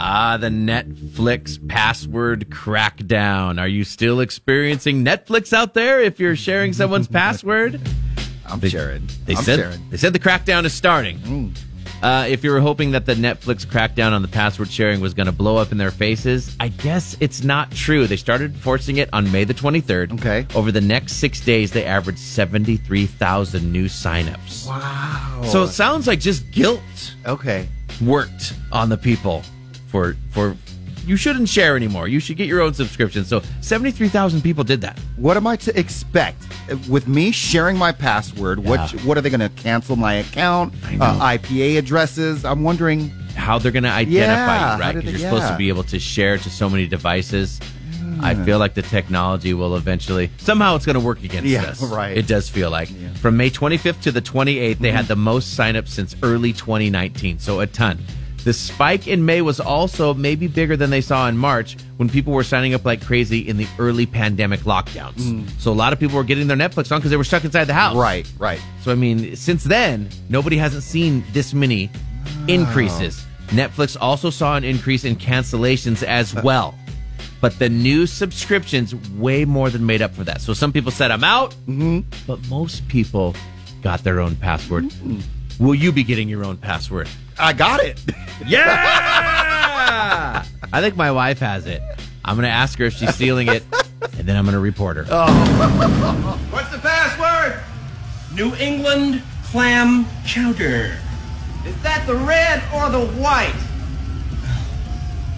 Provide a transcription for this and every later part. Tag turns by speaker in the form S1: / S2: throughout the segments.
S1: Ah, the Netflix password crackdown. Are you still experiencing Netflix out there if you're sharing someone's password?
S2: I'm
S1: They-
S2: Jared.
S1: They
S2: I'm Mm.
S1: said
S2: Jared.
S1: they said the crackdown is starting. Uh, if you were hoping that the Netflix crackdown on the password sharing was going to blow up in their faces, I guess it's not true. They started forcing it on May the 23rd.
S2: Okay.
S1: Over the next six days, they averaged 73,000 new signups.
S2: Wow.
S1: So it sounds like just guilt
S2: okay.
S1: worked on the people for for you shouldn't share anymore. You should get your own subscription. So 73,000 people did that.
S2: What am I to expect Uh, with me sharing my password? What
S1: Yeah.
S2: What are they going to cancel my account? Uh, IPA addresses. I'm wondering.
S1: how they're going to identify you,
S2: Yeah, how
S1: right?
S2: did
S1: Because you're
S2: they-
S1: supposed to
S2: yeah.
S1: be able to share to so many devices. I feel like the technology will eventually somehow it's going to work against
S2: Yeah,
S1: us.
S2: right. Mm-hmm.
S1: It does feel like from May 25th to the 28th, they had the most signups since early 2019, so a ton. The spike in May was also maybe bigger than they saw in March when people were signing up like crazy in the early pandemic lockdowns. So a lot of people were getting their Netflix on because they were stuck inside the house.
S2: Mm. Right. Right.
S1: So I mean, since then, nobody hasn't seen this many increases. Netflix also saw an increase in cancellations as well. But the new subscriptions way more than made up for that. So some people said I'm out, but most people got their own password. Will you be getting your own password?
S2: I got it.
S1: Yeah! I think my wife has it. I'm going to ask her if she's stealing it, and then I'm going to report her.
S3: What's the password? New England clam chowder. Is that the red or the white?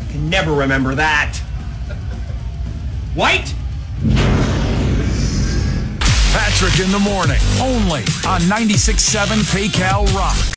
S3: I can never remember that. White?
S4: Patrick in the morning, only on 96.7 PayCal Rock.